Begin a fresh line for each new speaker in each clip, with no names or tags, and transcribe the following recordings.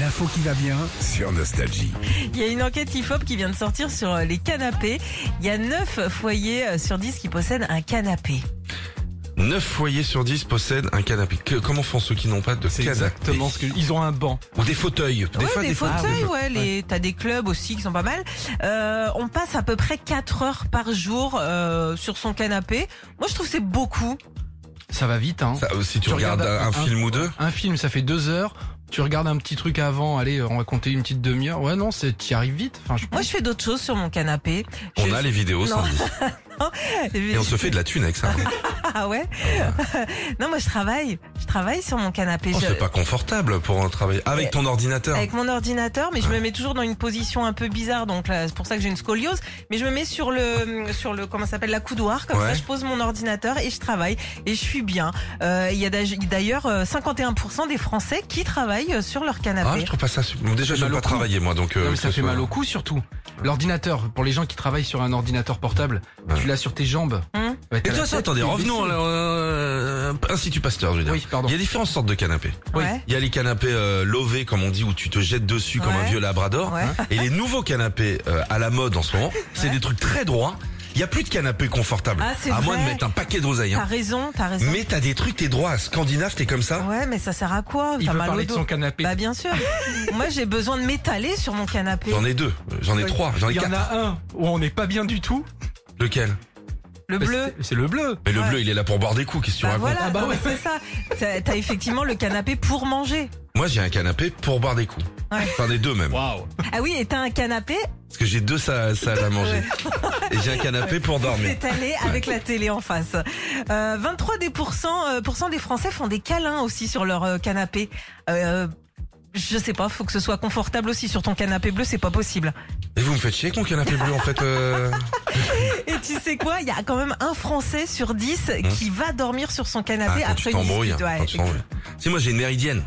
L'info qui va bien sur Nostalgie.
Il y a une enquête IFOP qui vient de sortir sur euh, les canapés. Il y a 9 foyers euh, sur 10 qui possèdent un canapé.
9 foyers sur 10 possèdent un canapé. Que- comment font ceux qui n'ont pas de
C'est
canapé
exactement ce que ils ont un banc.
Ou des fauteuils.
Ouais,
fois,
des,
fois-
fauteuils, ouais.
Ah, oui.
les- T'as des clubs aussi qui sont pas mal. Euh, on passe à peu près 4 heures par jour euh, sur son canapé. Moi, je trouve que c'est beaucoup.
Ça va vite, hein.
Ça, euh, si tu,
Tu
regardes,
regardes
un,
un-
film ou deux,
Un film, ça fait deux heures. Tu regardes un petit truc avant. Allez, euh, on va compter une petite demi-heure. Ouais, non, c'est t'y arrives vite. Enfin, je
Moi, je fais d'autres choses sur mon canapé.
on
Je-
a les vidéos
Non.
samedi. Et on se fait de la thune avec ça. hein.
Ah ouais Non, moi, je travaille. Je travaille sur mon canapé.
Oh,
Je-
c'est pas confortable pour un travail. Avec ton ordinateur.
Avec mon ordinateur, mais je me mets toujours dans une position un peu bizarre, donc là, c'est pour ça que j'ai une scoliose. Mais je me mets sur le, sur le, comment ça s'appelle, la coudoir, comme
Ouais.
ça, je pose mon ordinateur et je travaille et je suis bien. Euh, Il y a d'aj- d'ailleurs euh, 51% des Français qui travaillent euh, sur leur
Ah,
canapé.
je trouve pas ça. su- Bon, Déjà,
fait
j'aime
mal au
pas
cou.
travailler moi, donc. euh,
Non, mais
que
ça
ce
fait
soit-
mal au cou surtout. L'ordinateur, pour les gens qui travaillent sur un ordinateur portable,
Ouais.
tu l'as sur tes jambes.
Hum.
Bah,
Et
t'as
toi,
la
ça,
tête
attendez,
qui est
revenons
baissée.
à l'Institut Pasteur, je veux dire.
Oui, pardon.
Il y a différentes sortes de canapés.
Oui.
Ouais.
Il y a les canapés euh, lovés, comme on dit, où tu te jettes dessus comme un
Ouais.
vieux
Oh,
labrador.
Ouais.
hein,
Et les nouveaux canapés euh, à la mode en ce moment, c'est
Ouais.
des trucs très droits. Il y a plus de canapés confortables.
Ah, c'est
à moins de
vrai.
mettre un paquet d'oseilles. hein.
T'as raison, t'as raison.
Mais t'as des trucs, t'es droit. Scandinave, t'es comme ça.
Ouais, mais ça sert à quoi
Il
T'as
veut
mal au
parler de
dos.
son canapé.
Bah bien sûr. Moi, j'ai besoin de m'étaler sur mon canapé.
J'en ai deux, j'en ai trois, j'en ai
Il y en
quatre.
a un où on n'est pas bien du tout.
Lequel
Le
Bah,
bleu.
c'est- C'est le bleu.
Mais le
Ouais.
bleu, il est là pour boire des coups. Qu'est-ce que tu
Bah
racontes
voilà,
Ah bah
non, mais c'est
ouais.
ça. T'as t'as effectivement le canapé pour manger.
Moi, j'ai un canapé pour boire des coups.
Ouais.
Enfin, des deux même.
Waouh.
Ah oui, et t'as un canapé
Parce que j'ai deux salles, salles à manger. Et j'ai un canapé pour dormir.
étalé avec la télé en face. Euh, 23 des pourcents, euh, pourcents des Français font des câlins aussi sur leur euh, canapé. Euh, je sais pas, faut que ce soit confortable aussi sur ton canapé bleu, c'est pas possible.
Et vous me faites chier avec mon canapé bleu, en fait. euh,
Et tu sais quoi, il y a quand même un Français sur 10 qui va dormir sur son
ah,
canapé
quand
après
tu
une
t'embrouilles.
dispute.
hein, quand tu t'embrouilles. Si moi, j'ai une méridienne.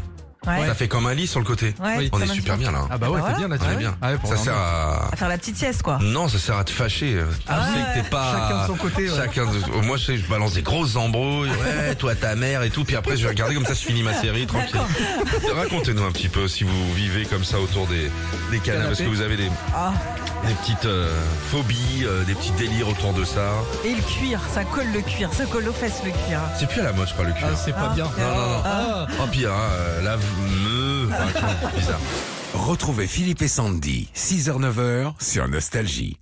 Ouais.
Ça fait comme un lit sur le côté.
Ouais,
Oui,
On
ça
est
m'a
super
dit.
bien là. hein.
Ah bah
Bah
ouais,
voilà.
t'es bien
On
là-dessus.
est bien.
Ah ouais, pour
ça
le
sert à.
À faire la petite sieste quoi.
Non, ça sert à te fâcher.
Ah
tu sais
ouais.
que t'es pas.
Chacun de son côté, ouais.
Chacun de- Moi, je sais, que je balance des grosses embrouilles. Ouais, toi, ta mère et tout. Puis après, je vais regarder comme ça, je finis ma série tranquille.
D'accord.
Racontez-nous un petit peu si vous vivez comme ça autour des, des canapés. Parce que vous avez des,
Ah,
des petites euh, phobies, euh, des petits délires autour de ça.
Et le cuir, ça colle le cuir, ça colle aux fesses le cuir.
C'est plus à la mode, je crois, le cuir.
Ah, c'est pas
Ah.
bien.
non, non, non.
Ah.
Oh, pire, hein, euh, la. me- enfin, c'est bizarre.
Retrouvez Philippe et Sandy, 6h-9h sur Nostalgie.